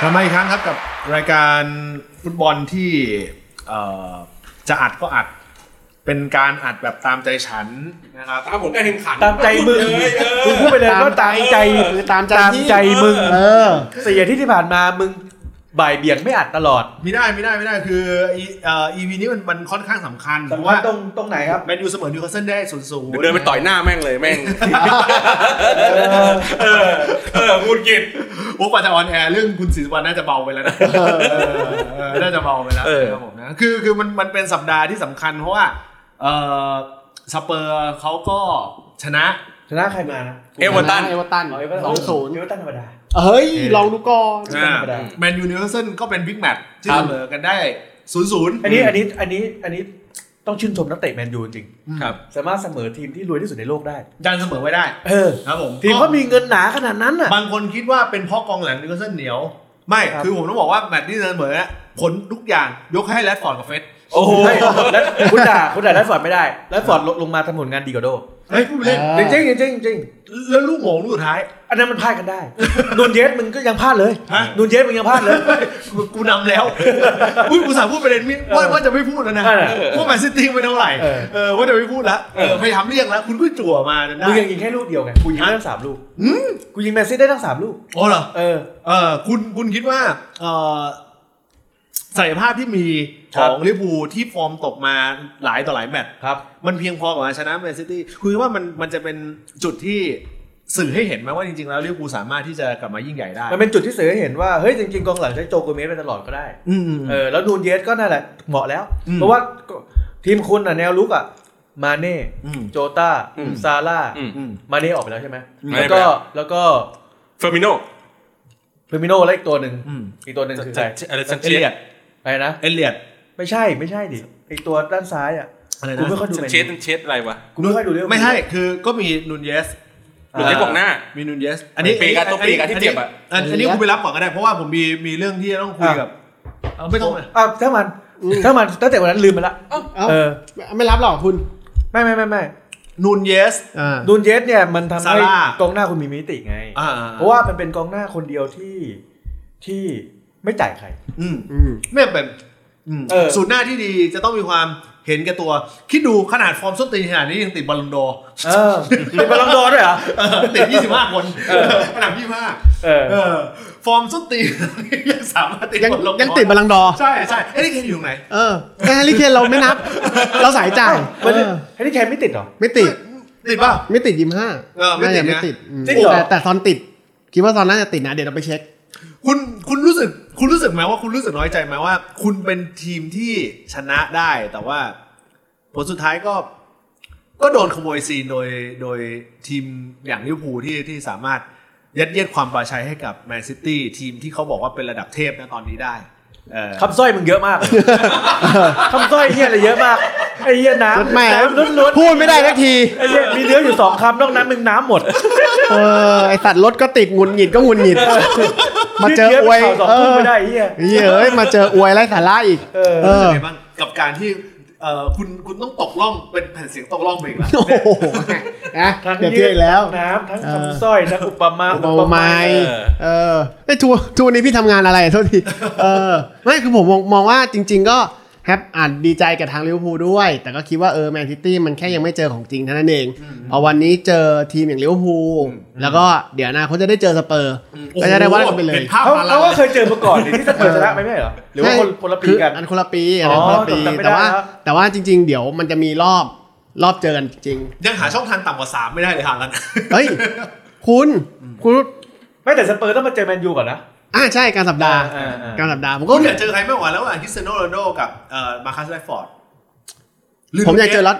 กลับมาอีกครั้งครับกับรายการฟุตบอลที่เอ่อจะอัดก็อัด เป็นการอัดแบบตามใจฉันนะครับ ตามผมได้แข่งขัน ตามใจมึง พูดเลยเออ มึงพูดไปเลยว่าตามใจ คือตามใจ ตาม ที่ ใจมึง เออ เสียที่ที่ผ่านมามึงบ่ายเบี่ยงไม่อัดตลอด ไม่ได้ไม่ได้ไม่ได้คืออีเอ่อีวีนี้มันมันค่อนข้างสำคัญ เพราะว่า ตรงตรงไหนครับ แมนยูเสมอนิวคาสเซิลได้ศูนย์ศูนย์ เดี๋ยวเดินไปต่อยหน้าแม่งเลยแม่ง เออ เออพูดกิด โอ้กว่าจะออนแอร์เรื่องคุณศรีสุวรรณน่าจะเบาไปแล้วนะเออเออน่าจะเบาไปแล้วนะครับผมนะคือคือมันมันเป็นสัปดาห์ที่สำคัญ เพราะว่าเอ่อสเปอร์เขาก็ชนะ ชนะใครมานะ เอเวอร์ตัน เอเวอร์ตันสองศูนย์ เอเวอร์ตันธรรมดา เฮ้ย ลองดูก่อน ไม่ธรรมดา แมนยูนิวคาสเซิลก็เป็นบิ๊กแมตช์ที่ ครั เส บ มอกันได้ศูนย์ศูนย์ อันนี้อันนี้อันนี้อันนี้ต้องชื่นชมนักเตะแมนยูจริง ครับ สามารถเสมอทีมที่รวยที่สุดในโลกได้ ดันเสมอไว้ได้ เออ ครับผม ทีมเขามีเงินหนาขนาดนั้นน่ะ บางคนคิดว่าเป็นเพราะกองหลังนิวคาสเซิลเหนียว ไม่ ครับ คือผมต้องบอกว่าแมตช์ที่เสมอเนี่ยผลทุกอย่างยกให้แรดฟอร์ดกับเฟส โอ้โห เฮ้ยแล้วคุณด่าคุณด่าแรดฟอร์ดไม่ได้แรดฟอร์ดลงลงมาทำผลงานดีกว่าโด เฮ้ยพูดไปเล่น จริงจริงจริงจริง แล้วลูกโหม่งลูกสุดท้าย อันนั้นมันพลาดกันได้นูนเยสมึงก็ยังพลาดเลย ฮะ นูนเยสมึงยังพลาด เลย กูกูนำแล้ว อุ้ยกูสาห์พูดประเด็นนี้ว่าว่าจะไม่พูดแล้วนะ เออ ว่าแมนซิตี้ไปเท่าไหร่ เออ เออว่าจะไม่พูดละเออพยายามเรียกแล้ว คุณก็จั่วมาจนได้ มึงยังยิงแค่ลูกเดียวไงกูยิงได้ทั้งสามลูก อืม กูยิงแมนซี่ได้ทั้งสามลูก อ๋อเหรอ เออ เออคุณคุณคิดว่าเออศักยภาพที่มีขครับ องลิเวอร์พูลที่ฟอร์มตกมาหลายต่อหลายแมตช์ ครับ มันเพียงพอกับการชนะแมนซิตี้คุณคิดว่ามันมันจะเป็นจุดที่สื่อให้เห็นไหมว่าจริงๆแล้วลิเวอร์พูลสามารถที่จะกลับมายิ่งใหญ่ได้ มันเป็นจุดที่สื่อให้เห็นว่า เฮ้ย จริงๆกองหลังใช้โจโกเมสไปตลอดก็ได้ อืม เออ แล้วนูนเยสก็นั่นแหละ เหมาะแล้ว อืม เพราะว่าทีมคุณอ่ะ แนวลุกอ่ะ มาเน่ อืม โจต้า อืม ซาร่า อืม อืม มาเน่ออกไปแล้วใช่ไหม มาเน่ แล้ว ไป ก็ แล้ว แล้วก็ เฟอร์มิโน เฟมิโนแล้วอีกตัวหนึ่ง อืม อีกตัวหนึ่งคือใคร อะไรซัน เอ เชี เลีย ย ด ส อะไรนะ เอเลียด ไม่ใช่ ไม่ใช่ดิไอตัวด้านซ้ายอ่ะ อะไร กูไม่ นะ ค่อยดู ซั แม น น เชียสซันเชียสอะไรวะ กูไม่ค่อยดูเรื่อง ไม่ใช่คือก็มีนูนเยส หลุดไปกองหน้า มีนูนเยสอันนี้ ปีกอะตัวปีกอะที่เจ็บอะ นนี้อันนี้คุณไปรับก่อนก็ได้เพราะว่าผมมีมีเรื่องที่จะต้องคุยกับเอาไม่ต้องเลย อ่ะถ้ามัน ถ้ามันตั้งแต่วันนั้นลืมไปละ เอ้า เออ ไม่รับหรอกคุณ ไม่ไม่ไม่ไม่ นูนเยส อ่า ดูนเยสเนี่ยมันทำ ซา ให้ ร่า กองหน้าคุณมีมิติไง อ่ เพราะว่ามันเป็นกองหน้าคนเดียวที่ที่ไม่จ่ายใคร อืม อืม ไม่จำเป็นอืม เออ สูตรหน้าที่ดีจะต้องมีความเห็นแก่ตัว คิดดูขนาดฟอร์มส้นตีนขนาดนี้ยังติดบอลลอนดอร์ เออ เป็นบอลลงดอร์ด้วยเหรอ เออติด 25 คนอันดับ25 เออ เออ ฟอร์มส้นตีน ยังสามารถติด ยัง บอลลอนดอร์ ยังติดบอลลังก์ดอร์ ใช่ใช่เอ้ยนี่เคอยู่ตรงไหน เออแต่แฮร์รี่เคนเราไม่นับ เราสายจ่าย มัน เออ แฮร์รี่แคนไม่ติดเหรอ ไม่ติด ติดเปล่า ไม่ติดยิมห้า เออไม่ติดนะ ไม่ติดอืม จริงเหรอ แต่แต่ซอนติด คิดว่าซอนน่าจะติดนะ เดี๋ยวเราไปเช็ค คุณคุณรู้สึกคุณรู้สึกไหมว่าคุณรู้สึกน้อยใจไหมว่า คุณเป็นทีมที่ชนะได้ แต่ว่า ผลสุดท้ายก็ ก็โดนขโมยซีนโดยโดยทีมอย่างลิเวอร์พูลที่ที่สามารถยัดเยียดความปราชัยให้กับแมนซิตี้ทีมที่เขาบอกว่าเป็นระดับเทพนะตอนนี้ได้ เออ คำสร้อยมึงเยอะมากคำสร้อยเฮียอะไรเยอะมาก ไอ้เฮียน้ำ แม่ น้ำล้วน พูดไม่ได้ทักที ๆไอ้เฮียมีเนื้ออยู่สองคำนอกนั้นมึงน้ำหมด เออ ไอสัตว์รถก็ติดหงุนหงิดก็หงุนหงิด มาเจออวย ยืดเยื้อเป็นข่าวสอง เอ ทุ่ม อ ไม่ได้ไอ้เหี้ย เหี้ยเอ้ยมาเจออวยไร้สาระอีก เออ เอ รู้สึ อ กไงบ้างกับการที่เออคุณคุณต้องตกล่องเป็นแผ่นเสียงตกล่องไปอีกแล้ว โอ้โหนะ ทั้ง เดี๋ยวเที่ยงอีกแล้ว น้ำทั้ง เออ คำสร้อยทั้งอุปมา อุปมา อุปไย เออ เออไอ้ยทัวร์ทัวร์นี้พี่ทำงานอะไรอ่ะโทษทีเออไม่คือผมมองมองว่าจริง ๆ ก็แฮปอ่านดีใจกับทางลิเวอร์พูลด้วย แต่ก็คิดว่าเออแมนซิตี้มันแค่ยังไม่เจอของจริงเท่านั้นเองพอวันนี้เจอทีมอย่างลิเวอร์พูลแล้วก็เดี๋ยวอนะเขาคตจะได้เจอสเปอร์ก็จะได้ว่ากันไปเลย เห็นภาพ เขา มาแล้ เขา ว ก็เคยเจอมาก่อนนี่ที่สเปอร์ชนะไปไม่ใช่เหรอ หรือว่าคน ใช่ คนละปีกัน คืออันคนละปีอันนั้น อ๋อ คนละปี จำไม่ได้ แต่ว่า แล้ว แต่ว่าจริง ๆ เดี๋ยวมันจะมีรอบรอบเจอกันจริง ยังหาช่องทางต่ำกว่าสามไม่ได้เลยห่างกัน ๆเฮ้ยคุณคุณ ไม่แต่สเปอร์ต้องมาเจอแมนยูก่อนนะ อ่าใช่กลารสัปดาห์ อ่อ่ กลารสัปดาห์ผมก็ คุณอยากเจอใครมากกว่าระหว่างคริสเตียโนโรนัลโดกับเอ่อมาคัสแรชฟอร์ดหรื ผมอยากเจอรัด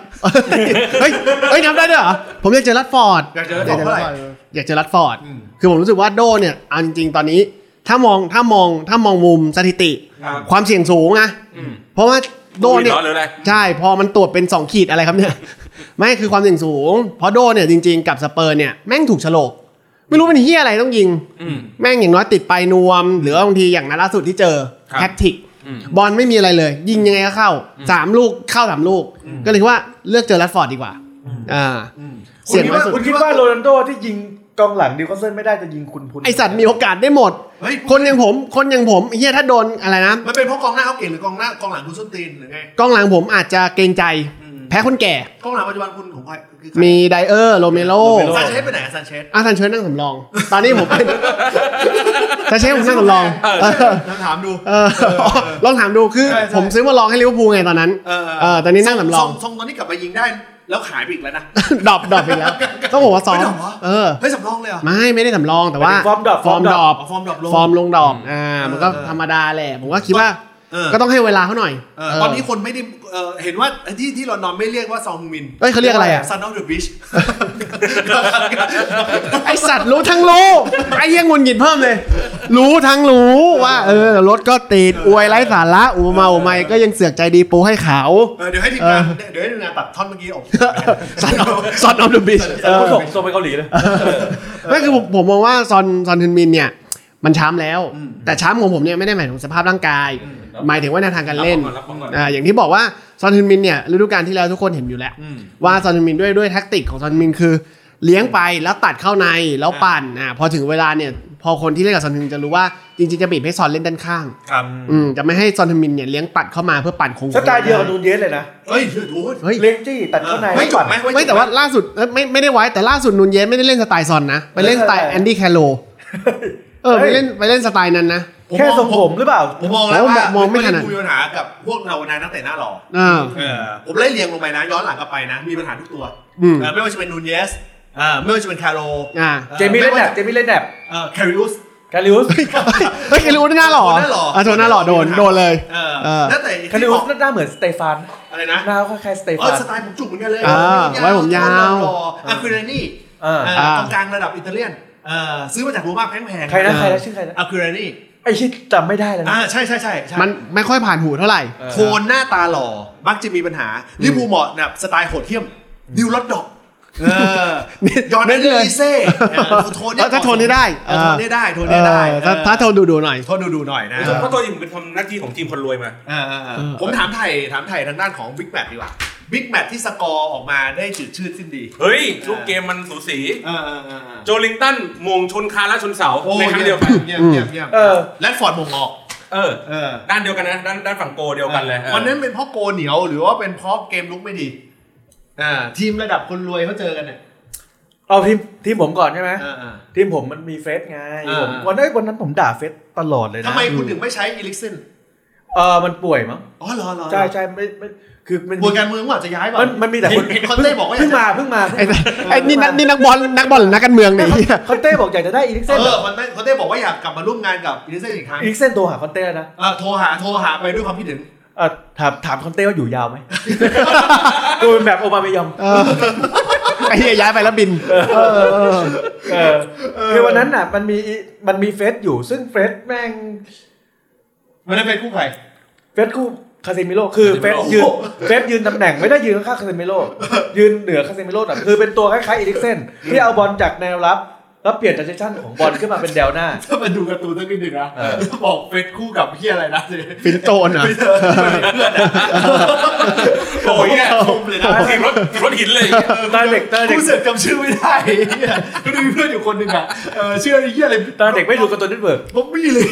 เฮ้ย เฮ้ยนับได้ด้วยเหรอ ผมอยากเจอรัดฟอร์ด อยากเจอแรชฟอร์ดเท่าไหร่ อยากเจอรัดฟอร์ด อืม คือผมรู้สึกว่าโดเนี่ยเอาจริงๆ ตอนนี้ ถ้ามอง ถ้ามอง ถ้ามองมุมสถิติ ครับ ความเสี่ยงสูงนะ อืม เพราะว่าโดเนี่ย โควิดเหรอหรืออะไร ใช่ พอมันตรวจเป็น 2 ขีดอะไรครับเนี่ย ไม่คือความเสี่ยงสูง เพราะโดเนี่ยจริงๆ กับสเปอร์เนี่ยแม่งถูกฉลก ไม่รู้เป็นเฮียอะไรต้องยิง อืม แม่งอย่างน้อยติดไปนวม หรือว่าบางทีอย่างนัดล่าสุดที่เจอ ครับ แฮตทริก อืม บอลไม่มีอะไรเลย ยิงยังไงก็เข้าสามลูกเข้าสามลูก ก็เลยคิดว่าเลือกเจอแรดฟอร์ดดีกว่าอ่า อืม เสี่ยงน้อยสุด คุณคิดว่าโรนัลโดที่ยิง กองหลังดิวคาสเซิลไม่ได้จะยิงคุณพุน ไอสัตว์มีโอกาสได้หมด เฮ้ย คนอย่างผมคนอย่างผมเฮียถ้าโดนอะไรนะ มันเป็นเพราะกองหน้าเขาเก่งหรือกองหน้ากองหลังคุณส้นตีนหรือไง กองหลังผมอาจจะเกรงใจ อืม แพ้คนแก่ กองหลังปัจจุบันคุณของใครคือใคร มีไดเออร์โรเมโร ซานเชสไปไหนอะซานเชส อาซันเชยนั่งสำรอง ตอนนี้ผมเป็นซานเชยผมนั่งสำรองเออ ลองถามดู เออลองถามดูคือ ใช่ใช่ ผมซื้อมาลองให้ลิเวอร์พูลไงตอนนั้น เออ เออตอนนี้นั่งสำรอง ทรงตอนนี้กลับมายิงได้ แล้วขายไปอีกแล้วนะ ดรอปดรอปอีกแล้วต้องบอกว่าซ้อม ไม่ดรอปเหรอ เออ เฮ้ยสำรองเลยเหรอ ไม่ไม่ได้สำรองแต่ว่า ฟอร์มดรอป ฟอร์มดรอป อ๋อฟอร์มดรอปลง ฟอร์มลงดรอปอ่ามันก็ เออ ธรรมดาแหละผมก็คิดว่า เออ ก็ต้องให้เวลาเขาหน่อย เออ เออ ตอนนี้คนไม่ได้เออเห็นว่าที่ที่ลอนดอนไม่เรียกว่าซองฮุงมิน เอ้ยเขาเรียกอะไรอะ ซันนอฟเดอะบิช ไอสัตว์รู้ทั้งรู้ไอเหี้ยังงุนหงิดเพิ่มเลย รู้ทั้งรู้ว่าเออรถก็ติดอวยไร้สาระอุมาอุไมยก็ยังเสือกใจดีปูให้เขา เออเดี๋ยวให้ทีมงานเดี๋ยวให้ทีมงานตัดท่อนเมื่อกี้ออก ซันออฟซันออฟเดอะบีช เออส่งส่งไปเกาหลีเลย นั่นคือผมผมมองว่าซอนซอนฮึนมินเนี่ย มันช้ำแล้ว แต่ช้ำของผมเนี่ยไม่ได้หมายถึงสภาพร่างกาย หมายถึงว่าแนวทางการเล่น รับก่อนรับก่อน อ่าอย่างที่บอกว่าซอนฮึนมินเนี่ยฤดูกาลที่แล้วทุกคนเห็นอยู่แล้ว ว่าซอนฮึนมินด้วยด้วยแท็กติกของซอนฮึนมินคือ เลี้ยงไปแล้วตัดเข้าในแล้วปั่นอ่าพอถึงเวลาเนี่ยพอคนที่เล่นกับซอนฮึนมินจะรู้ว่าจริงๆจะบีบให้ซอนเล่นด้านข้าง ครับ อืมจะไม่ให้ซอนฮึนมินเนี่ยเลี้ยงปัดเข้ามาเพื่อปั่นโคง สไตล์เดียวกับนูนเยสเลยนะ เฮ้ยโอ้ย เฮ้ย เลี้ยงจี้ตัดเข้าใน ไม่จบ ปั่น ไหม ไม่แต่ว่าล่าสุดเอ้ยไม่ไม่ได้ไว้แต่ล่าสุดนูนเยสไม่ได้เล่นสไตล์ซอนนะไปเล่นสไตล์แอนดี้แคโรเออไปเล่นไปเล่นสไตล์นั้นนะ แค่ทรงผมหรือเปล่า ผมมองแล้ว ผม ว่ามม องไม่ถนัด คุยปัญหากับพวกเรานายนักเตะหน้าหล่อ เออ เออผมไล่เรียงลงไปนะ ย้อนหลังกลับไปนะ มีปัญหาทุกตัว อืม เออไม่ว่าจะเป็นนูนเยสอ่าไม่ว่าจะเป็นคาโร อ่า อ่อ เจมี่เล่นแนบ ไว่า เจมี่เล่นแนบ เออแคริอุส คาริอุส เฮ้ยแคโรนี่หน้าหล่อ โดนหน้าหล่ออ่ ะโดนหน้าหล่อโดนโดนเลย เอ เอ อ อ นักเตะ คาริ ที่ อุ อ ส อก หน้าเหมือนสเตฟาน อะไรนะ หน้าเขาคล้ายๆสเต เออ ฟาน สไตล์ผมจุกเหมือนกันเลย อ่าไว้ผมยาว หล่อๆอ่ะคือเรนี่ เออ เออกองกลางระดับอิตาเลียนเออซื้อมาจากโรม่าแพงๆ ใครนะ เออ ใครนะชื่อใครนะ อ่ะคือเรนี่ ไอ้ชิดจำไม่ได้แล้ว อ่า นะ ใช่ใช่ใช่ใช่ มันไม่ค่อยผ่านหูเท่าไหร่ โคนหน้าตาหล่อ มักจะมีปัญหาลิบูลเหมาะแบบสไตล์โหดเหี้ยม ดิวลอดดอกเออยอนเดนลิเซ่เออโทนเนี่ย เออถ้าโทนนี้ได้ เออโทนนี้ได้ โทนนี้ได้ เออถ้า เออ ถ้าโทรดูดูหน่อย โทนดูดูหน่อยนะ เพราะตัวจริงผมเป็นทำหน้าที่ของทีมคนรวยมา เออเออเออผมถามไทยถามไทยทางด้านของบิ๊กแมตดีกว่าบิ๊กแมตที่สกอร์ออกมาได้จืดชืดสิ้นดี เฮ้ยลูกเกมมันสูสี เออเออเออเออ โจลิงตันมงชนคานและชนเสา โอ้ ในครั้งเดียวกัน เยี่ยมเยี่ยมเยี่ยม เออ แลดฟอร์ดมงออก เออ เออ ด้านเดียวกันนะ ด้านด้านฝั่งโกเดียวกันเลยเออ วันนั้นเป็นเพราะโกเหนียวหรือว่าเป็นเพราะเกมลุกไม่ดีอ่าทีมระดับคนรวยเขาเจอกันเนี่ย เอาทีมทีมผมก่อนใช่ไหม เออเออ ทีมผมมันมีเฟสไง เออ ผมวันนั้นวันนั้นผมด่าเฟสตลอดเลยนะ ทำไมคุณถึงไม่ใช้อีลิกเซน เออมันป่วยมั้ง อ๋อเหรอเหรอ ใช่ใช่ไม่ไม่คือมัน กลัวการเมืองว่าจะย้ายเปล่ะ มันมันมีแต่คน เห็นคอนเต้บอกว่าอยา เพิ่ กจะงมาเพิ่งมา ไอ้ เพิ่งมา ไอ้นี่นักนี่นักบอลนักบอลหรือนักการเมืองเนี่ยไอ้เหี้ย คอนเต้บอกอยากจะได้อีลิกเซน เออคอนเต้คอนเต้บอกว่าอยากกลับมาร่วมงานกับอีลิกเซนอีกครั้ง อีลิกเซนโทรหาคอนเต้แล้วนะ เออโทรหาโทรหาไปด้วยความคิดถึง เออถามถามคอนเต้ว่าอยู่ยาวไหม กูเป็นแบบโอบาเมยอง เออไอ้เหี้ยย้ายไปแล้วบิน เออเออ เออคือวันนั้นน่ะมันมีมันมีเฟสอยู่ซึ่งเฟสแม่ง ไม่ได้เป็นคู่ใคร เฟสคู่คาเซมิโร่คือเฟส คาเซมิ ยืน โร่ เฟสยืนตำแหน่งไม่ได้ยืนข้างๆคาเซมิโร่ยืนเหนือคาเซมิโร่แต่คือเป็นตัวคล้ายๆอีลิกเซนที่เอาบอลจากแนวรับ แล้วเปลี่ยนจากเซชั่นของบอลขึ้นมาเป็นแดวหน้า ถ้ามาดูการ์ตูนสักนิดหนึ่งนะบอกเป็นคู่กับพี่อะไรนะ ฟินโตนเหรอ ไม่เจอเพื่อนอะ โอ้ยเนี่ย ชมเลยนะ ทีมรถรถหินเลย ตอนเด็กตอนเด็ก ผู้เสือกจำชื่อไม่ได้เนี่ยก็มีเพื่อนอยู่คนหนึ่งอะเออชื่ออะไรเหี้ยอะไร ตอนเด็กไม่ดูการ์ตูนเน็ตเวิร์ก ผมไม่เลย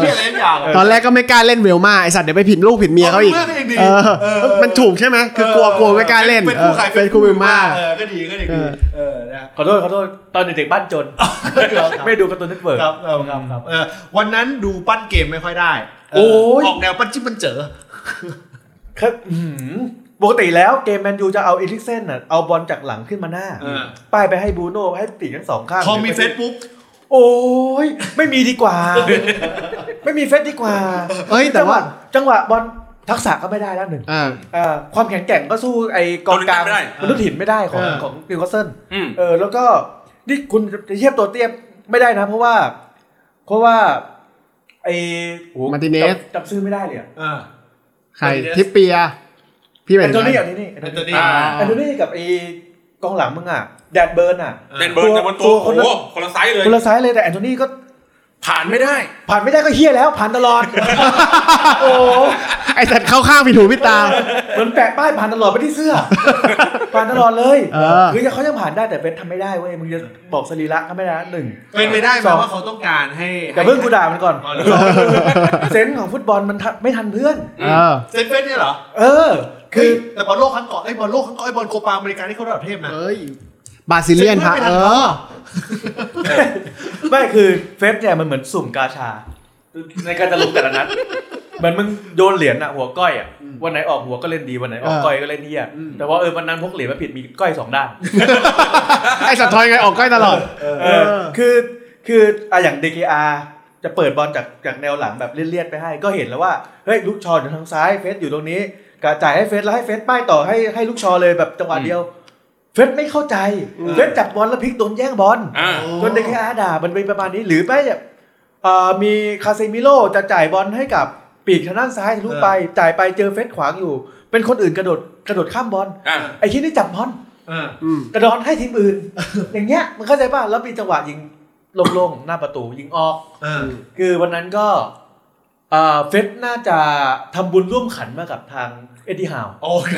เหี้ยอะไรสักอย่างอะ ตอนแรกก็ไม่กล้าเล่นเวลมาไอสัตว์เดี๋ยวไปผิดลูกผิดเมียเขาอีก เออเพื่อนเองดี เออ เออ มันถูกใช่ไหมคือกลัวกลัวไม่กล้าเล่น เป็นคู่ใคร เป็นคูเวลมา เออก็ดีก็ดีก็ดีเออนะ ขอโทษขอโทษตอนเด็กๆบ้านจ น ไม่ดูการ์ตูนเน็ตเวิร์ก ครับครับครับครับเออวันนั้นดูปั้นเกมไม่ค่อยได้เ โอ้ย ออกแนวปั้นจิ้มปั้นเจอ ครับอื้อหือปกติแล้วเกมแมนยูจะเอาอีลิกเซนน่ะเอาบอลจากหลังขึ้นมาหน้า เออ ป้ายไปให้บรูโน่ให้ปีกทั้งสองข้าง พอมีเฟซปุ๊บ โอ้ยไม่มีดีก ว่า ไม่มีเฟสดีกว่า เอ้ยแต่ว่า จังหวะบอลทักษะก็ไม่ได้แล้วหนึ่ง เอ่า เอ่อความแข็งแกร่งก็สู้ไอ้กองกลาง เอาลิงก์ไม่ได้ มนุษย์หินไม่ได้ของ เออ ของนิวคาสเซิล อืม เออแล้วก็นี่คุณจะเทียบตัวเทียบไม่ได้นะ เพราะว่า เพราะว่าไอ้โอ้โห มาร์ติเนส จำจำชื่อไม่ได้เลยอะ อ่า ใคร เออ ทิปเปีย พี่เป็น แอนโทนี่อันนี้นี่แอน แอน โท โทนีนี่อ่า แอนโทนี่กับไอ้กองหลังมึงอ่ะแดดเบิร์นอ่ะ เดนเบิร์นแต่บนตั ตัวว โอ้ คนละ โหคนละไซส์เลย คนละซ้ายเลยแต่แอนโทนี่ก็ท ผ่านไม่ได้ ผ่านไม่ได้ก็เฮี้ยแล้ว ผ่านตลอด โอ้ ไอสัตว์เข้าข้างผิดหูผิดตา เหมือนแปะป้ายผ่านตลอดไปที่เสื้อ ผ่านตลอดเลย เออ คือเขายังผ่านได้แต่เบนทำไม่ได้เว้ยมึงจะบอกสรีระก็ไม่ได้นะหนึ่ง เป็นไปได้ไหม สอง ว่าเขาต้องการให้ อย่าเพิ่งกูด่ามันก่อน อ๋อหรือเปล่า เซนส์ของฟุตบอลมันทันไม่ทันเพื่อน เออ เซนเฟสเนี่ยเหรอ เออ คื คือ อแต่บอลโลกครั้งก่อนไอ้ยบอลโลกครั้งก่อนไอ้บอลโคปาอเมริกาที่เขาระดับเทพนะ เอ้ย บาซิเลียนพระ เซ็นเซ เอ อร์ไม่ทัน อ ไม่คือเฟสเนี่ยมันเหมือนสุ่มกาชา ในการจะลงแต่ละนัดเหมือนมึงโยนเหรียญอะหัวก้อยอะวันไหนออกหัวก็เล่นดีวันไหนออก เออ ก้อยก็เล่นเฮียแต่ว่าเออวันนั้นพกเหรียญมาผิดมีก้อยสองด้าน ไอสัตว์ทอยไงออกใกล้ตลอด เออคือคืออ่ะอย่าง DKR จะเปิดบอลจากจากแนวหลังแบบเลียดๆไปให้ ก็เห็นแล้วว่าเฮ้ยลูกชออยู่ทางซ้ายเฟสอยู่ตรงนี้กระจ่ายให้เฟสแล้วให้เฟสป้ายต่อให้ให้ลูกชอเลยแบบจังหวะ อืม เดียว เฟสไม่เข้าใจเฟสจับบอลแล้วพลิกโดนแย่งบอล อ่า จน DKR ด่ามันเป็นประมาณนี้หรือไม่เนี่ยเอ่อมีคาเซมิโร่จะจ่ายบอลให้กับปีกทางด้านซ้ายทะลุไปจ่ายไปเจอเฟสขวางอยู่ เป็นคนอื่นกระโดดกระโดดข้ามบอล อ่า ไอ้ที่นี่จับบอล เออ อืม กระดอนให้ทีมอื่น อย่างเงี้ยมันเข้าใจป่ะ แล้วมีจังหวะยิงโล่งๆหน้าประตูยิงออก เออ คือวันนั้นก็เอ่อเฟสน่าจะทำบุญร่วมขันมากับทางเอ็ดดี้ฮาว โอเค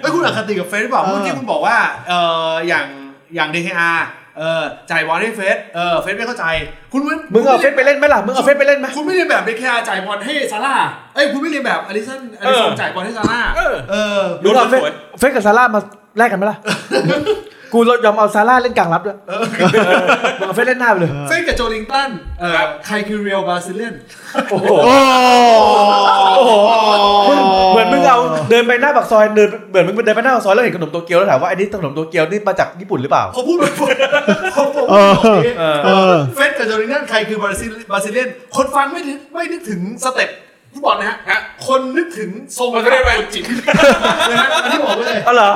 ไอ้ยคุณอคติกับเฟสหรือเปล่าเมื่อกี้คุณบอกว่าเอออย่างอย่าง DKR เออจ่ายบอลให้เฟสเออเฟสไม่เข้าใจ คุณไ มึงเอาเฟสไปเล่นไหมล่ะ มึงเอาเฟสไปเล่นไหม คุณไม่เรียนแบบ DKR จ่ายบอลให้ซาร่าเอ้ยคุณไม่เรียนแบบอลิสันอลิสัน เออ จ่ายบอลให้ซาร่า เออ เออ มึงเอาเฟสเฟสกับซาร่ามาแลกกันไหมล่ะ กูยอมเอาซาร่าเล่นกลางรับด้วยมึงเอาเฟสเล่นหน้าไปเลย เฟสกับโจลิงตันเออใครคือเรียลบราซิเลียน โอ้โห โอ้ โอ้โห เหมือนมึงเอาเดินไปหน้าปากซอยเดินเหมือนมึงเดินไปหน้าปากซอยแล้วเห็นขนมโตเกียวแล้วถามว่าไอ้นี่ขนมโตเกียวนี่มาจากญี่ปุ่นหรือเปล่า เขาพูดไปหมดเขาพูด เออ เออ เออ เฟสกับโจลิงตันใครคือบราซิลบราซิเลียนคนฟังไม่นึกไม่นึกถึงสเต็ปฟุตบอลนะฮะ ฮะ คนนึกถึงทรง มันก็ได้ไปจิต นะฮะอันนี้บอกไว้ เลย อ๋อเหรอ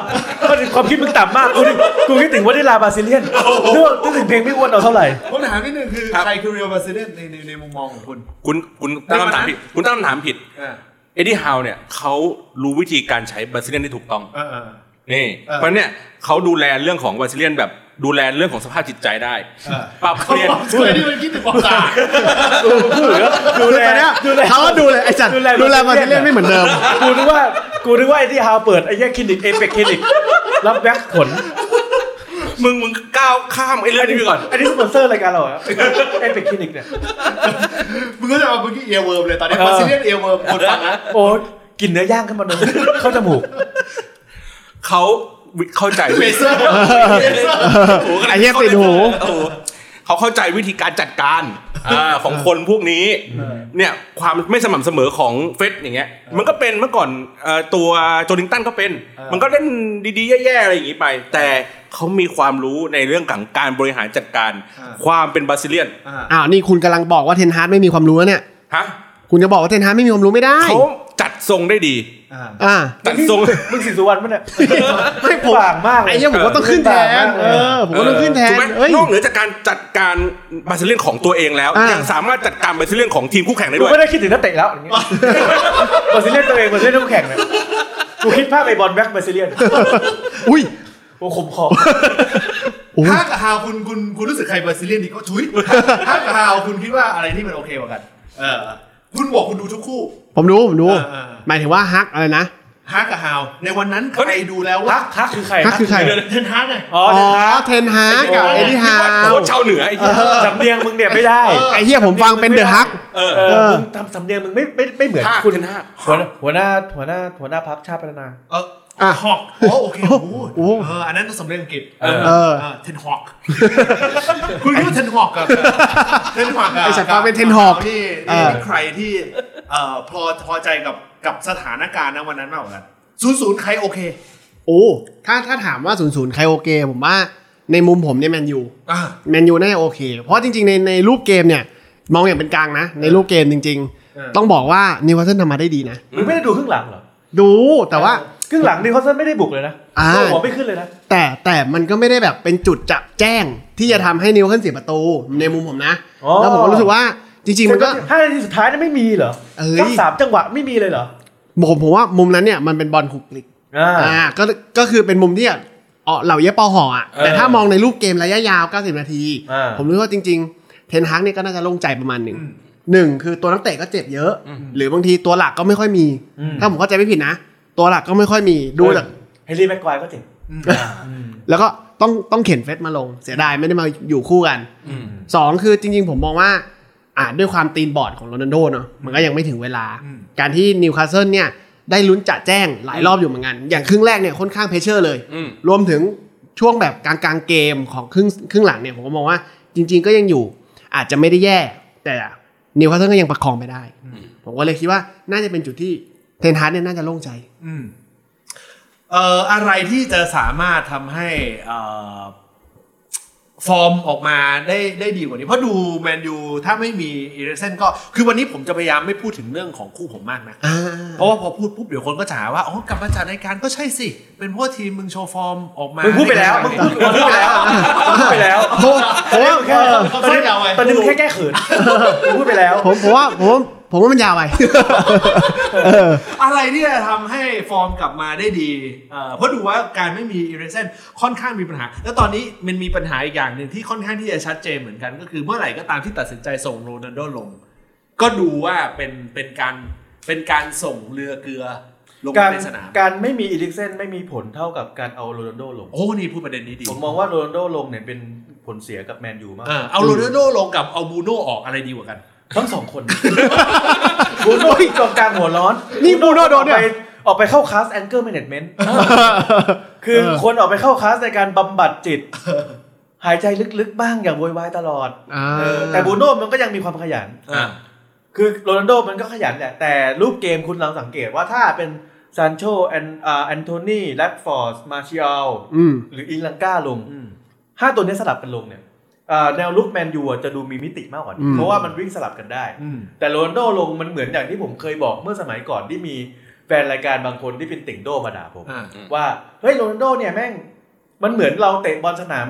มันความคิดมึงต่ำมาก กูนี่กูคิดถึงว่าได้ลาบราซิเลียนเรื่องนึกถึงเพลงพี่อ้วนเอาเท่าไหร่ ผมถามนิดนึงคือใครคือเรียลบราซิเลียนในในในมุมมองของคุณ คุณคุณตั้งคำถามผิด คุณตั้งคำถามผิด อ่า เอ็ดดี้ฮาวเนี่ยเขารู้วิธีการใช้บาซิเลียนที่ถูกต้อง อ่าอ่า นี่ เออ เพราะเนี่ยเขาดูแลเรื่องของบาซิเลียนแบบดูแลเรื่องของสภาพจิตใจได้ เออ ปรับเปลี่ยน สวยที่มันคิดถึงความสะอาด ดูแล ตอนเนี้ย ดูแล เขาก็ดูเลยไอสัตว์ ดูแล ดูแลบาซิเลียนไม่เหมือนเดิม กูนึกว่า กูนึกว่าไอ้ที่ฮาวเปิดไอ้แยกคลินิกเอเปกคลินิก รับแบ็คขน มึงมึงก้าวข้ามไอ้เรื่องนี้ไปก่อน อันนี้สปอนเซอร์รายการเราเหรอเอเปกคลินิกเนี่ย มึงก็จะเอาเมื่อกี้เอเวิร์มเลยตอนนี้ เออ บราซิเลียนเอเวิร์มคนฟังนะ โอ้กินเนื้อย่างขึ้นมาหนึ่งเข้าจมูก เขาวิ เข้าใจ เฟเซอร์เฟเซอร์ โโ ไอ้เหี้ยติดหู โอ้โเขาเข้าใจวิธีการจัดการอ่าของคนพวกนี้ เนี่ยความไม่สม่ำเสมอของเฟสอย่างเงี้ย มันก็เป็นเมื่อก่อนเอ่อตัวโจลิงตันก็เป็น มันก็เล่นดีๆ แย่ๆ อะไรอย่างงี้ไป แต่เขามีความรู้ในเรื่องของการบริหารจัดการ ความเป็นบาซิเลียน อ้าวนี่คุณกำลังบอกว่าเทนฮาร์ดไม่มีความรู้นะเนี่ย ฮะ คุณจะบอกว่าเทนฮาร์ดไม่มีความรู้ไม่ได้ เขาจัดทรงได้ดี อ่า อ่า จัดทรง มึงสิสุวรรณมั้ยเนี่ย ไม่ผม ต่างมากเล ไอ้ ย เหี้ยผมก็ต้องขึ้นแทน เออ ผมก็ต้องขึ้นแทน ถูกไหม เอ้ย นอกเหนือจากการจัดการบาซิเลียนของตัวเองแล้ว อ่ายั ยังสามารถจัดการบาซิเลียนของทีมคู่แข่งได้ กู ด้วย ไม่ได้คิดถึงนักเตะแล้ว อย่างงี้ บาซิเลียนตัวเองบาซิเลียนต้องแข่งเนี่ยกูคิดภาพไอ้บอลแบ็กบาซิเลียน อุ้ย โอ้ขมคอ อุ้ย ถ้ากับฮาวคุณคุณคุณรู้สึกใครบราซิเลียนดีก็ชุยถ้ากับฮาวคุณคิดว่าอะไรที่มันโอเคกว่ากัน เออ คุณบอกคุณดูทุกคู่ ผมรู้ผมรู้ เออเออ หมายถึงว่าฮักอะไรนะ ฮาร์กกับฮาวในวันนั้นใครดูแล้ว ฮั ว่าก ฮักคือใคร ฮักคือใคร เทนฮาร์กไง อ๋อ อ๋อ เดี๋ยวฮัก เทนฮาร์ดกับเอ็ดดี้ฮา โคว ตรชาวเหนือไอ้เหี้ย สำเนียงมึงเนี่ยไม่ได้ ไอ้เหี้ยผมฟังเป็นเดอะฮัก เออ เอ เอ อ อ มึงทำสำเนียงมึงไม่ไม่ไม่เหมือน ฮาก คุณ คือฮาก หัวหน้าหัวหน้าหัวหน้าหัวหน้าพักชาติพัฒนา เออ อ่ะ หอกอ๋อโอเคโอ้โห โอ้โห เอออันนั้นต้องสำเร็จอังกฤษ เออ เออ เออเทนฮอก คุณคิดว่าเทนฮอกกับเทนฮอกกับ ไอ้สัตว์ปลาเป็น Ten Hag นี่ เอ นี่ อ ใครที่เอ่อพอพอใจกับกับสถานการณ์ณวันนั้นมากกว่ากันศูนย์ศูนย์ใครโอเค โอ้ ถ้าถ้าถามว่าศูนย์ศูนย์ใครโอเค ผมว่าในมุมผมเนี่ยแมนยู อ่า แมนยูน่าจะโอเค เพราะจริงๆ ในในรูปเกมเนี่ย มองอย่างเป็นกลางนะ ในรูปเกมจริง เออ ๆ ต้องบอกว่านิวคาสเซิลทำมาได้ดีนะ มึงไม่ได้ดูครึ่งหลังเหรอ ดูแต่ว่า ครึ่งหลังนิวคาสเซิลไม่ได้บุกเลยนะ อ่า โหัวไม่ขึ้นเลยนะ แต่แต่มันก็ไม่ได้แบบเป็นจุดจับแจ้งที่จะทำให้นิวคาสเซิลเสียประตูในมุมผมนะ แล้วผมก็รู้สึกว่าจริง ๆ มันก็ ห้านาทีสุดท้ายเนี่ยไม่มีเหรอ เอ้ย สักสามจังหวะไม่มีเลยเหรอ ผมผมว่ามุมนั้นเนี่ยมันเป็นบอลคลุกคลิก อ่า อ่าก็ก็คือเป็นมุมที่อ่ะเหล่าเยะปอห่ออ่ะ เออ แต่ถ้ามองในรูปเกมระยะยาว 90 นาที อ่า ผมรู้ว่าจริง ๆ เทนฮากเนี่ยก็น่าจะโล่งใจประมาณหนึ่งหนึ่งคือตัวนักเตะก็เจ็บเยอะ หรือบางทีตัวหลักก็ไม่ค่อยมี อืม ถ้าผมเข้าใจไม่ผิดนะ ตัวหลักก็ไม่ค่อยมีดูจาก เฮลี่แม็กควายก็เจ็บ แล้วก็ต้องต้องเข็นเฟสมาลงเสียดายไม่ได้มาอยู่คู่กัน อืม สองคือจริง ๆ ผมมองว่าอาจด้วยความตีนบอดของโรนัลโดเนาะมันก็ยังไม่ถึงเวลา การที่นิวคาสเซิลเนี่ยได้ลุ้นจะแจ้งหลายรอบอยู่เหมือนกัน อย่างครึ่งแรกเนี่ยค่อนข้างเพรสเชอร์เลย อืม รวมถึงช่วงแบบกลางๆเกมของครึ่งครึ่งหลังเนี่ยผมก็มองว่าจริง ๆ ก็ยังอยู่อาจจะไม่ได้แย่ แต่นิวคาสเซิลก็ยังประคองไปได้ ผมก็เลยคิดว่าน่าจะเป็นจุดที่เทนฮาร์ดเนี่ยน่าจะโล่งใจ อืมเอ่ออะไรที่จะสามารถทำให้เอ่อฟอร์มออกมาได้ได้ดีกว่านี้ เพราะดูแมนยูถ้าไม่มีอีเรเซนก็คือวันนี้ผมจะพยายามไม่พูดถึงเรื่องของคู่ผมมากนะ อ่า เพราะว่าพอพูดปุ๊บเดี๋ยวคนก็จะหาว่าอ๋อกลับมาจัดรายการก็ใช่สิ เป็นเพราะว่าทีมมึงโชว์ฟอร์มออกมา มึ มึ งพูดไปแล้วมึงพูดมึงพูดไปแล้วมึงพูดไปแล้ว ผมผม แค่ตอนนี้ตอนนี้มึงแค่แก้เขินมึงพูดไปแล้ว ผมผมว่าผมผมว่ามันยาวไป อะไรที่จะทำให้ฟอร์มกลับมาได้ดีเอ่อเพราะดูว่าการไม่มีอีเรเซนค่อนข้างมีปัญหา แล้วตอนนี้มันมีปัญหาอีกอย่างหนึ่งที่ค่อนข้างที่จะชัดเจนเหมือนกัน ก็คือเมื่อไหร่ก็ตามที่ตัดสินใจส่งโรนัลโดลง ก็ดูว่าเป็นเป็นการเป็นการส่งเรือเกลือลงไป การ ในสนาม การไม่มีอีลิกเซนไม่มีผลเท่ากับการเอาโรนัลโดลง โอ้นี่พูดประเด็นนี้ดี ผมมองว่าโรนัลโดลงเนี่ยเป็นผลเสียกับแมนยูมาก เออเอาโรนัลโดลงกับเอาบูโน่ออกอะไรดีกว่ากัน ทั้งสองคน บูโน่กองกลางหัวร้อน นี่บูโน่โดนด้ อ ว อกไปยออกไปเข้าคลาสแองเกอร์แมเนจเมนต์คือ เออ คนออกไปเข้าคลาสในการบำบัดจิต หายใจลึกๆบ้างอย่างโวยวายตลอด อ่า เออแต่บูโน่มันก็ยังมีความขยัน อ่า คือโรนัลโดมันก็ขยันแหละแต่รูปเกมคุณลองสังเกตว่าถ้าเป็นซานโชแอนอ่าแอนโทนีแรดฟอร์ดมาเชียล อืม หรืออิงลังกาลง ห้าตัวเนี้ยสลับกันลงเนี่ยอ่าแนวลุกแมนยูอ่ะจะดูมีมิติมากกว่านี้เพราะว่ามันวิ่งสลับกันได้ แต่โรนลโดลงมันเหมือนอย่างที่ผมเคยบอกเมื่อสมัยก่อนที่มีแฟนรายการบางคนที่เป็นติ่งโดมาด่าผม อ่า ว่าเฮ้ยโรนลโดเนี่ยแม่งมันเหมือนเราเตะบอลสนาม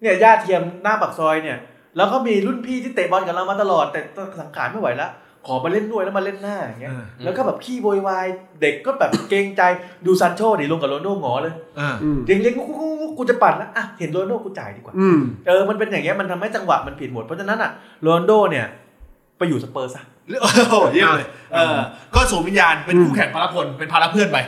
เนี่ยญาติเทียมหน้าปากซอยเนี่ย แล้วก็มีรุ่นพี่ที่เตะบอลกับเรามาตลอดแต่สังขารไม่ไหวละขอมาเล่นด้วยแล้วมาเล่นหน้าอย่างเงี้ย อ่า แล้วก็แบบขี้โวยวายเด็กก็แบบเกรงใจดูซันโชดิลงกับโรนลโดหงอเลย อ่า อืม เลี้ยงเลี้ยงกูกูกูกูจะปัดแล้วอ่ะเห็นโรนลโดกูจ่ายดีกว่า อืม เออ มันเป็นอย่างเงี้ย มันทำให้จังหวะมันผิดหมด เพราะฉะนั้นอ่ะ โรนลโดเนี่ย ไปอยู่สเปอร์ซะ โอ้โหเยี่ยมเลยเออก็สวมวิญญาณเป็นคู่แข่งพาราพลเป็นพาราเพื่อนไป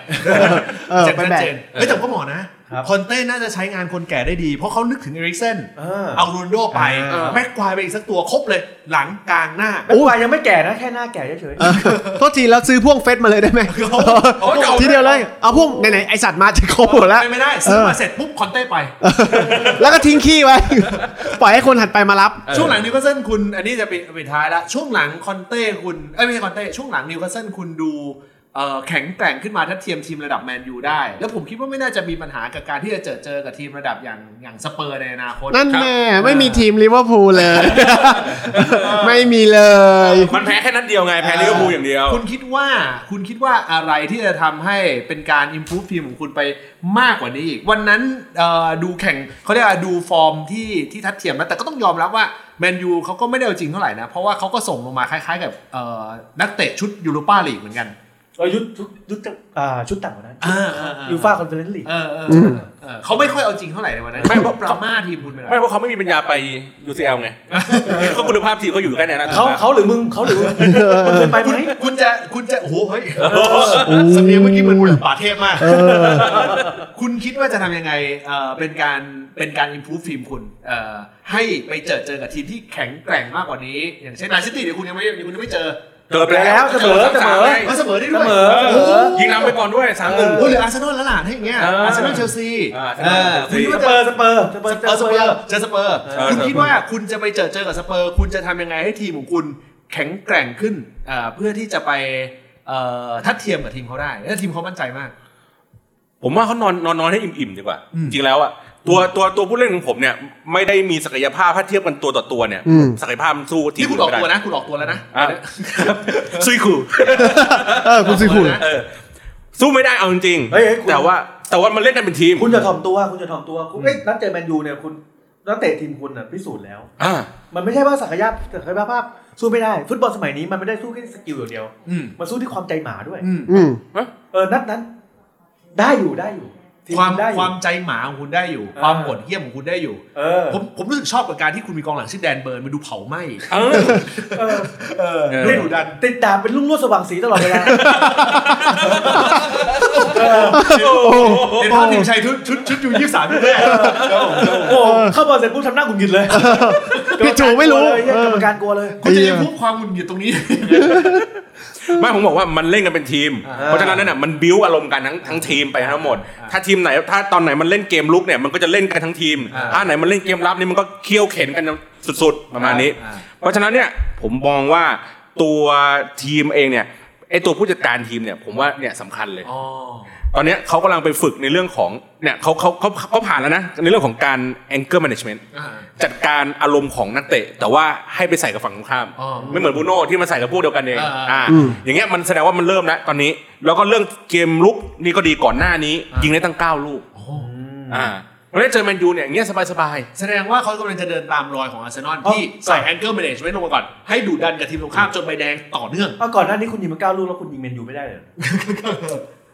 เออ จาก ไป ชัด แบก เจนเฮ้ยแต่ผมก็หมอนะครับ คอนเต้น่าจะใช้งานคนแก่ได้ดี เพราะเขานึกถึงเอริกเซน เออ เอาโรนลโดไป อ่า แม็กควายไปอีกสักตัวครบเลยหลังกลางหน้า โอ้ยยังไม่แก่นะ แค่หน้าแก่เฉยๆ เออโทษทีแล้วซื้อพ่วงเฟสมาเลยได้ไหม เอาเอา ทีเดียวเลยเอาพ่วงไหนๆไอสัตว์มาจะครบหมดแล้ว ไปไม่ได้ซื้อ เออ มาเสร็จปุ๊บคอนเต้ไป แล้วก็ทิ้งขี้ไว้ ปล่อยให้คนถัดไปมารับ ช่วงหลังนิวคาสเซิลคุณ อันนี้จะปิดปิดท้ายละช่วงหลังคอนเต้คุณเอ้ยไม่ใช่คอนเต้ช่วงหลังนิวคาสเซิลคุณดูเอ่อแข็งแกร่งขึ้นมาถ้าเทียมทีมระดับแมนยูได้ แล้วผมคิดว่าไม่น่าจะมีปัญหากับการที่จะเจอเจอกับทีมระดับอย่างอย่างสเปอร์ในอนาคต นั่นแน่ไม่มี ทีม ทีมลิเวอร์พูลเลย ไม่มีเลย มันแพ้แค่นัดเดียวไงแพ้ลิเวอร์พูลอย่างเดียว คุณคิดว่าคุณคิดว่าอะไรที่จะทำให้เป็นการ improve ทีมของคุณไปมากกว่านี้อีก วันนั้นเอ่อดูแข่งเขาเรียกว่าดูฟอร์มที่ที่ทัดเทียมนะแต่ก็ต้องยอมรับว่าแมนยูเขาก็ไม่ได้เอาจริงเท่าไหร่นะ เพราะว่าเขาก็ส่งลงมาคล้ายๆกับเอ่อนักเตะชุดยูโรปาลีกเหมือนกัน เออยุดยุดยุดจะอ่า ชุดต่างกว่านั้นยูฟ่าคอนเฟอเรนซ์ลีก เออเออเออเออเขาไม่ค่อยเอาจริงเท่าไหร่ในวันนั้น ไม่ ไม่ เพราะ ปรามาทีมคุณไปหน่อย ไม่เพราะเขาไม่มีปัญญาไป UCL ไงก็คุณภาพทีมเขาอยู่แค่ไหนนะ เขาเขาหรือมึงเขาหรือมึงมึงเคยไปไหม คุณจะคุณจะโอ้โหเฮ้ยสำเนียงเมื่อกี้มันเหมือนป่าเทพมาก เออ คุณคิดว่าจะทำยังไงเอ่อเป็นการเป็นการ improve ทีมคุณเอ่อให้ไปเจอเจอกับทีมที่แข็งแกร่งมากกว่านี้ อย่างเช่นแมนซิตี้เดี๋ยวคุณยังไม่คุณยังไม่เจอ เกิด ไป ไปแล้ แล้ว ว เสมอเสมอ ก็เสมอได้ด้วย เสมอเสมอ โโห ยิงนำไปก่อนด้วยสามหนึ่ง โอ้ยเหลืออาร์เซนอลแล้วล่ะถ้าอย่างเงี้ย เออ อาร์เซนอลเชลซี เออ Arsenal เออคุณคิด ส ว่า เป จะ อร์สเปอร์สเปอร์ เออสเปอร์เจอสเปอร์ เออ คุณคิดว่าคุณจะไปเจอเจอกับสเปอร์ คุณจะทำยังไงให้ทีมของคุณแข็งแกร่งขึ้นเอ่อเพื่อที่จะไปเอ่อทัดเทียมกับทีมเขาได้แล้วทีมเขามั่นใจมาก ผมว่าเขานอนนอนนอนให้อิ่มๆดีกว่า อืม จริงแล้วอ่ะตัวตัวตัวผู้เล่นของผมเนี่ย ไม่ได้มีศักยภาพถ้าเทียบกันตัวต่อตัวเนี่ย อืม ศักยภาพมันสู้ทีม นี่คุณออก ไม่ ตัว ได้ นะคุณออกตัวแล้วนะ อ่ะซุยคู เออคุณซีคุณ เออ สู้ไม่ได้เอาจริง เฮ้ยเฮ้ยคุณ ๆแต่ว่าแต่ว่ามันเล่นกันเป็นทีม คุณจะถ่อมตัวคุณจะถ่อมตัวคุณเอ้ยนัดเจอแมนยูเนี่ยคุณนักเตะทีมคุณน่ะพิสูจน์แล้ว อ่า มันไม่ใช่ว่าศักยภาพศักยภาพสู้ไม่ได้ ฟุตบอลสมัยนี้มันไม่ได้สู้แค่สกิลอย่างเดียว อืม มันสู้ที่ความใจหมาด้วย อืม อืม เออ นัดนั้น ได้อยู่ได้อยู่ ทีม ความ ได้อยู่ ความใจหมาของคุณได้อยู่ อ่า ความโหดเหี้ยมของคุณได้อยู่ เออ ผมผมรู้สึกชอบกับการที่คุณมีกองหลังชื่อแดนเบิร์นมาดูเผาไหม้ เออ เออ เออ เออ ไม่ดุดัน ติดดาบเป็นลูกลวดสว่างสีตลอดเวลา เห็นภาพทีมชัยชุดชุดชุดยูยี่สามด้วย โอ้โหเข้าบอลเสร็จปุ๊บทำหน้าหงุดหงิดเลย พี่จูไม่รู้ กรรมการกลัวเลย คุณจะยังพูดความหงุดหงิดตรงนี้ ไม่ผมบอกว่ามันเล่นกันเป็นทีม เพราะฉะนั้นนั่นน่ะมันบิ้วอารมณ์กันทั้งทั้งทีมไปทั้งหมด ถ้าทีมไหนถ้าตอนไหนมันเล่นเกมลุกเนี่ยมันก็จะเล่นกันทั้งทีม อ่า ถ้าไหนมันเล่นเกมรับนี่มันก็เคี่ยวเข็นกันสุดๆ ประมาณนี้ อ่า เพราะฉะนั้นเนี่ยผมมองว่าตัวทีมเองเนี่ยไอตัวผู้จัดการทีมเนี่ยผมว่าเนี่ยสำคัญเลย อ๋อ ตอนเนี้ยเขากำลังไปฝึกในเรื่องของเนี่ยเขาเขาเขาเขาผ่านแล้วนะในเรื่องของการ anger management จัดการอารมณ์ของนักเตะ แต่ว่าให้ไปใส่กับฝั่งตรงข้าม อ๋อ ไม่เหมือนบูโน่ที่มันใส่กับพวกเดียวกันเอง อ่า อ่า อืม อย่างเงี้ยมันแสดงว่ามันเริ่มแล้วตอนนี้ แล้วก็เรื่องเกมลุกนี่ก็ดีก่อนหน้านี้ อ่ายิ ยิงได้ตั้ง 9 ลูก โอ้ อ่าเพราะฉะนั้นเจอแมนยูเนี่ยอย่างเงี้ยสบาย แสดงว่าเขากำลังจะเดินตามรอยของอาร์เซนอล อ๋อ ที่ใส่แองเกิลแมเนจเมนต์ลงมาก่อน ให้ดูดันกับทีมตรงข้ามจนใบแดงต่อเนื่อง เอาก่อนหน้านี้คุณยิงมาเก้าลูกแล้วคุณยิงเมนยูไม่ได้เลยเหรอ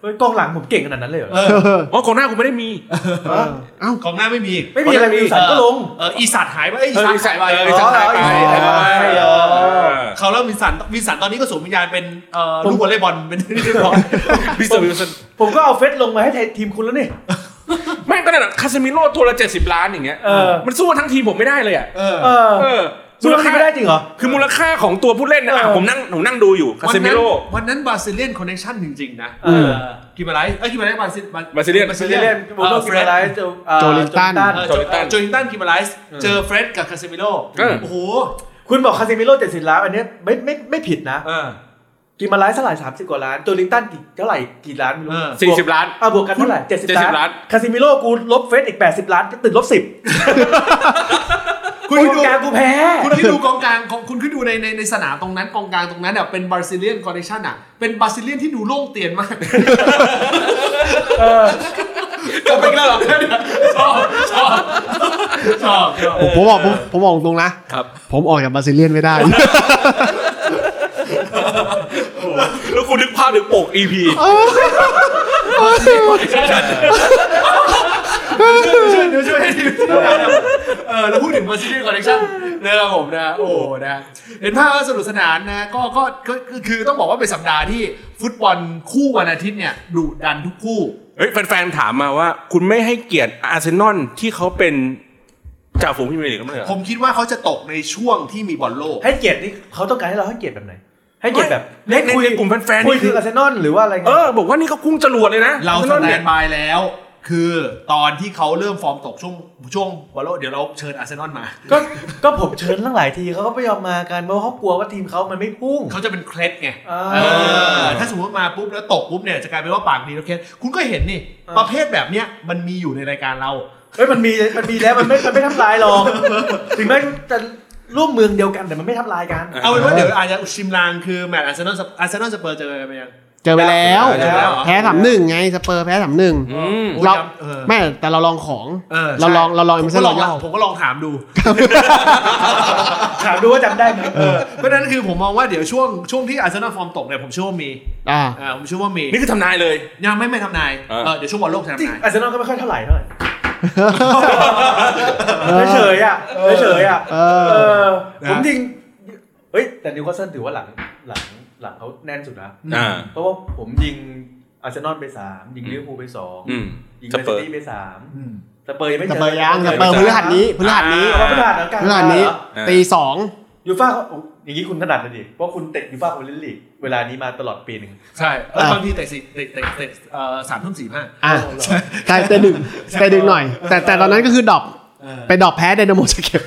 เฮ้ยกองหลังผมเก่งขนาดนั้นเลยเหรอ เออ ๆอ๋อกองหน้ากูไม่ได้มี เอ้า กองหน้าไม่มี ไม่มีอะไรมีอีสันก็ลง เอออีสัตว์หายไปเอ้ย เออ อีสัตว์หายไป เอออีสัตว์หายไป เอออีสัตว์หายไป เออ เออเขาแล้ววินสันวินสันตอนนี้ก็สวมวิญญาณเป็นเอ่อลูกวอลเลย์บอลเป็น ที่เรียบร้อย พิสเตอร์วิลสัน ผมก็เอาเฟสลงมาให้ทีมคุณแล้วนี่ แม่งก็นั่นแหละคาเซมิโร่ตัวละ70 ล้านอย่างเงี้ย เออ มันสู้ทั้งทีมผมไม่ได้เลยอ่ะ เออ เออ เออ สู้แล้วไม่ได้จริงเหรอ คือมูลค่าของตัวผู้เล่นนะอ่ะ เออ ผมนั่งผมนั่งดูอยู่คา วัน เซมิ นั้น โร่ วันนั้นบาซิเลียนคอนเนคชั่นจริงๆนะ เออ กิมาไรเอ้ยกิมาไรบาซิบา Brazilian ซีเรียนบูโน่กิมาไรส์เอ่อ โจลิงตัน โจ เออ โจลิงตัน โจลิงตันกิมาไรส์เจอเฟร็ดกับคาเซมิโล เออ โอ้โห คุณบอกคาซิมิโร่เจ็ดสิบล้านอันเนี้ยไม่ไม่ไม่ผิดนะ กิมาไลท์เท่าไหร่สามสิบกว่าล้านโจลิงตันกี่เท่าไหร่กี่ล้านไม่ เอ รู้ อ สี่สิบล้าน อ่ะบวกกันเท่าไหร่เจ็ดสิบ 70ล้า ล้าน นคาซิมิโร่กูลบเฟสอีกแปดสิบล้านก็ติดลบสิบ คุณ กู คิดดู การกูแพ้ คุณคิดดูกองกลางของคุณคิดดูในในในสนามตรงนั้นกองกลางตรงนั้นอ่ะเป็นบาซิเลียนคอนเนคชั่นอ่ะเป็นบาซิเลียนที่ดูโล่งเตียนมาก เออ กลับไปอีกแล้วเหรอชอบชอบชอบชอบ ผมผมบอกผมผมบอกตรงนะครับ ผมออกจากบาซิเลียนไม่ได้ แล้วคุณนึกภาพถึงปก EP เดี๋ยวช่วยให้ทีมเออเราพูดถึงบาซิเลียนคอนเนคชั่นนะครับผมนะโอ้นะเห็นภาพว่าสนุกสนานนะก็ก็ก็คือคือต้องบอกว่าเป็นสัปดาห์ที่ฟุตบอลคู่วันอาทิตย์เนี่ยดุดันทุกคู่ เฮ้ยแฟนๆถามมาว่า คุณไม่ให้เกียรติอาร์เซนอลที่เขาเป็นจ่าฝูงพรี่เมียร์ลีกกันเลยเหรอ ผมคิดว่าเขาจะตกในช่วงที่มีบอลโลก ให้เกียรตินี่เขาต้องการให้เราให้เกียรติแบบไหน ให้เกียรติแบบ เล่นคุยกลุ่มแฟนๆ คุย นี่ ถึ คื ง อ อาร์เซนอลหรือว่าอะไร เอ เงี้ย อ บอกว่านี่ก็กุ้งจรวดเลยนะ เรา อร์ ส ซนอล แต เนี่ย นบายแล้ว คือตอนที่เขาเริ่มฟอร์มตกช่วงช่วงบอลโลกเดี๋ยวเราเชิญอาร์เซนอลมา ก็ก็ผมเชิญตั้งหลายทีเขาก็ไม่ยอมมากันเพราะเขากลัวว่าทีมเขามันไม่พุ่ง เขาจะเป็นเคล็ดไง อ่า เออถ้าสมมติมาปุ๊บแล้วตกปุ๊บเนี่ยจะกลายเป็นว่าปากดีแล้วเคล็ดคุณก็เห็นนี่ อ่า ประเภทแบบเนี้ยมันมีอยู่ในรายการเรา เฮ้ยมันมีมันมีแล้วมันไม่มันไม่ทำลายหรอกถึงแม้จะร่วมเมืองเดียวกันแต่มันไม่ทำลายกัน เอาเป็นว่าเดี๋ยวอาจจะชิมลางคือแมตช์อาร์เซนอลอาร์เซนอลสเปอร์เจอกันไปยัง เจอไปแล้ว เจอไปแล้วเหรอ แพ้สามหนึ่งไงสเปอร์แพ้สามหนึ่ง อืม โอ้ย เรา จำเออ แม่แต่เราลองของ เออ เราลอง ใช่ เราลผองมก็ไม่ลใช่เรา อง ย่อ ผมก็ลองถามดู ถามดูว่าจำได้ไหม เพราะฉะนั้นคือผมมองว่าเดี๋ยวช่วงช่วงที่อาร์เซนอลฟอร์มตกเนี่ยผมเชื่อว่ามี อ่า อ่าผมเชื่อว่ามี นี่คือทำนายเลย ยังไม่ไม่ทำนาย อ่า เออเดี๋ยวช่วงบอลโลกจะ จริง ทำนาย อาร์เซนอลก็ไม่ค่อยเท่าไหร่เท่าไหร่เฉยๆอ่ะเฉยๆอ่ะ เออ เออ นะ ผมจริงเฮ้ยแต่นิวคาสเซิลถือว่าหลังหลังหลังเขาแน่นสุดนะ อ่า เพราะว่าผมยิงอาร์เซนอลไปสามยิงลิเวอร์พูลไปสอง อืม ยิง ส แมน เป ซิ อร์ ตี้ไปสาม อืม สเปอร์ยังไม่ ส เจอ เปอร์ยังสเปอร์ ไม่เจพอ ฤหัสนี้พฤหัสนี้ เอาพฤหัสแล้วกัน พฤหัสนี้ เออ ตีสอง ยูฟ่าเขาอย่างนี้คุณถนัดเลยดิเพราะคุณเตะยูฟ่าคอมเล่นลีกเวลานี้มาตลอดปีหนึ่ง ใช่แล้วบางทีเตะสี่เตะเตะเตะเอ่อสามทุ่มสี่ห้า อ่ะใช่แต่ดึกแต่ดึกหน่อย แต่แต่ตอนนั้นก็คือดรอปไปดรอปแพ้ไดนาโมสเก็บ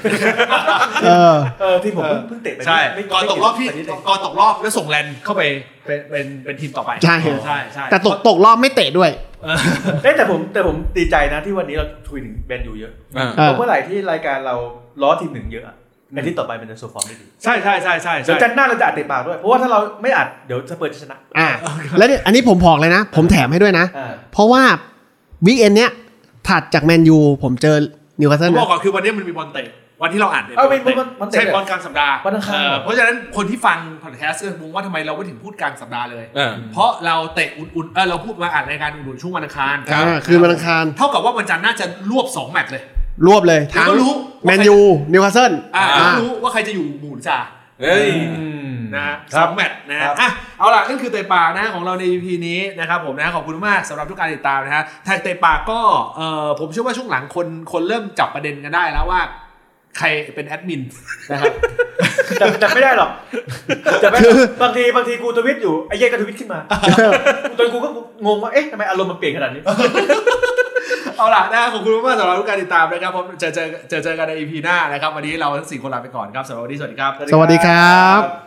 เออ เออที่ผมเพิ่งเพิ่งเตะไป ใช่ ไม่ ก่อนตกรอบพี่ ไม่เะ ก่อนตกรอบแล้วส่งแลนเข้าไปเป็นเป็นเป็นทีมต่อไป ใช่ ใช่ใช่ แต่ตกตกรอบไม่เตะด้วย เออ เอ้ยแต่ผมแต่ผมดีใจนะที่วันนี้เราคุยถึงแมนยูเยอะ อ่า เออ เพราะเมื่อไหร่ที่รายการเราล้อทีมหนึ่งเยอะอะอาทิตย์ต่อไปมันจะโซฟอร์มได้ดี ใช่ใช่ใช่ใช่ เดี๋ย ใช่ วจันทร์หน้าเราจะอัดเตะปากด้วยเพราะว่าถ้าเราไม่อัดเดี๋ยวสเปอร์จะชนะ อ่าแล้วเนี่ยอันนี้ผมบอกเลยนะ ผมแถมให้ด้วยนะ อ่า เพราะว่าวิกเอนเนี้ยถัดจากแมนยูผมเจอนิวคาผสเซิมลบอ นะ กก่อนคือวันนี้มันมีบอลเตะ วันที่เราอัดเนี่ย เอ้าไม่มันมันเตะ ใช่บอลกลางสัปดาห์ วันอังคาร เอ เหร อ อ เพราะฉะนั้นคนที่ฟังพอดแคสต์ก็งงว่าทำไมเราไม่ถึงพูดกลางสัปดาห์เลย เออ เพราะเราเตะอุ่นๆเออเราพูดมาอัดรายการอุ่นๆช่วงวันอังคาร อ่าคืนวันอังคาร เท่ากับว่าวันจันทร์น่าจะรวบสองแมตช์เลย รวบเลย แล้วก็รู้ แม ว่าใคร นยูนิวคาสเซิล อ่า อ่า รู้ว่าใครจะอยู่หมู่หรือจ่า เฮ้ย นะฮะ ค ส รั อบ งแมตช์นะ ครั ฮะ บ อ่ะเอาล่ะนั่นคือเตะปากนะฮะของเราใน EP นี้นะครับผมนะขอบคุณมากสำหรับทุกการติดตามนะฮะแท็กเตะปากก็เอ่อผมเชื่อว่าช่วงหลังคนคนเริ่มจับประเด็นกันได้แล้วว่า ใครเป็นแอดมิน นะครับ แต่แต่ไม่ได้หรอกแต่ไม่ได้หรอกบางทีบางทีกูทวิตอยู่ไอ้เหี้ย่ก็ทวิตขึ้น มาตอนกูก็งงว่าเอ๊ะทำไมอารมณ์มันเปลี่ยนขนาดนี้ เอาล่ะนะฮะขอบคุณมากสำหรับทุกการติดตามนะครับผมเจอเจอเจอเจอกันใน EP หน้านะครับวันนี้เราทั้งสี่คนลาไปก่อนครับสำหรับวันนี้สวัสดีครับ สวัสดีครับ